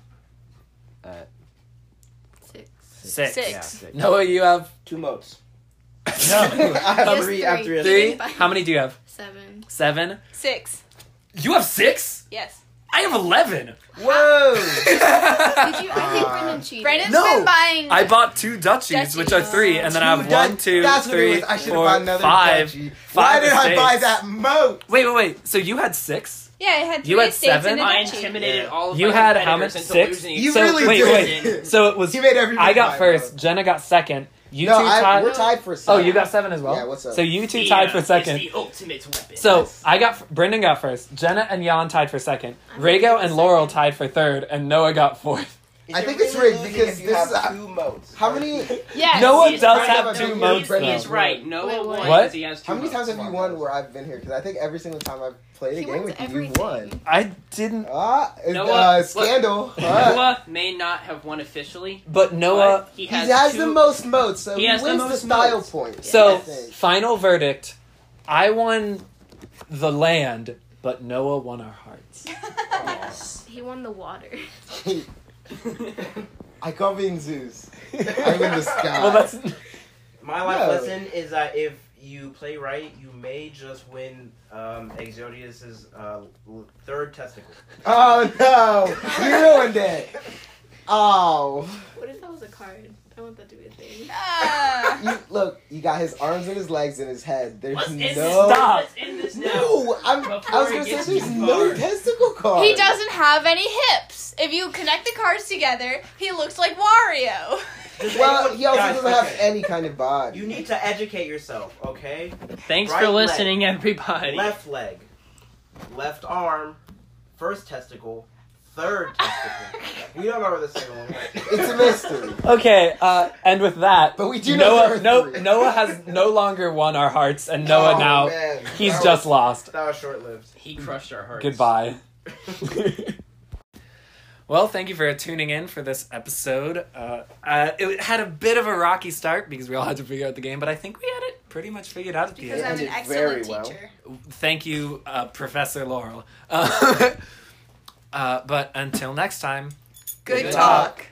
Six. Six. Six. Yeah, [laughs] six. Noah, you have Two [laughs] moats. [laughs] no. [laughs] I have three, Yes, three. after it. three. didn't buy- How many do you have? [laughs] Seven. Seven. Six. You have six. Yes. I have eleven. Whoa! Did you? I think Ah. Brendan [laughs] cheated. Brendan's No! been buying. I bought two duchies, which are three, and then I have Dude, one, that- two, that's what it three, was. I should've four, bought another five. duchy. Why five did I buy estates. that moat? Wait, wait, wait. So you had six? yeah, I had three You had estates seven? and a I duchy. intimidated all of You my had how competitors much? Six? into losing. You so, really wait, [laughs] did. wait. So it was. He made everybody I got buy first. moat. Jenna got second. You no, two I, tied. we're tied for oh, second. you got seven as well. Yeah, what's up? So you two tied for second. It's the ultimate weapon. So I got Brendan got first. Jenna and Jan tied for second. I'm Rago and second. Laurel tied for third, and Noah got fourth. Is I it think it's really rigged losing because if you this have is a- two modes. How [laughs] many? Yes. Noah He's does right have about two that. modes He's though. He's right. Noah Wait, what? won What? 'cause He has two How many votes. times have Come you on, won guys. where I've been here? Because I think every single time I've played a He game wins with you, everything. you've won. I didn't, Ah, it's, Noah, uh, look. scandal. Ah. Noah may not have won officially. but Noah. but he He has, has, two, [laughs] the most modes, so He he, has the wins the, most style modes. points. So I think. final verdict: I won the land, but Noah won our hearts. [laughs] He won the water. [laughs] I call being Zeus. I'm in the sky. Well, that's [laughs] My life No. lesson is that if you play right, you may just win um, Exodius's uh, l- third testicle. Oh no! You ruined [laughs] it. Oh, What if that was a card? I want that to be a thing. Ah. you, look. You got his arms and his legs and his head. There's Let's end no. this. Stop. Let's end this now. No, I'm, I Before was it gonna say gets there's too no far. testicle card. he doesn't have any hips. If you connect the cards together, he looks like Wario. Does Well, anyone- he also Guys, doesn't have okay. any kind of body. You need to educate yourself, okay? Thanks Right for leg. listening, everybody. Left leg, left arm, first testicle, third [laughs] testicle. we don't know where the second one went. It's a mystery. okay. Uh, and with that, But we do know Noah. there are No, three. Noah has no longer won our hearts, and Noah Oh, now man. he's That just was- lost. that was short [laughs] lived. He crushed our hearts. Goodbye. [laughs] well, thank you for tuning in for this episode. Uh, uh, it had a bit of a rocky start because we all had to figure out the game, but I think we had it pretty much figured out at the Because end. I'm an ended excellent very well. teacher. Thank you, uh, Professor [laughs] Laurel. Uh, uh, but until next time, Good, Good talk.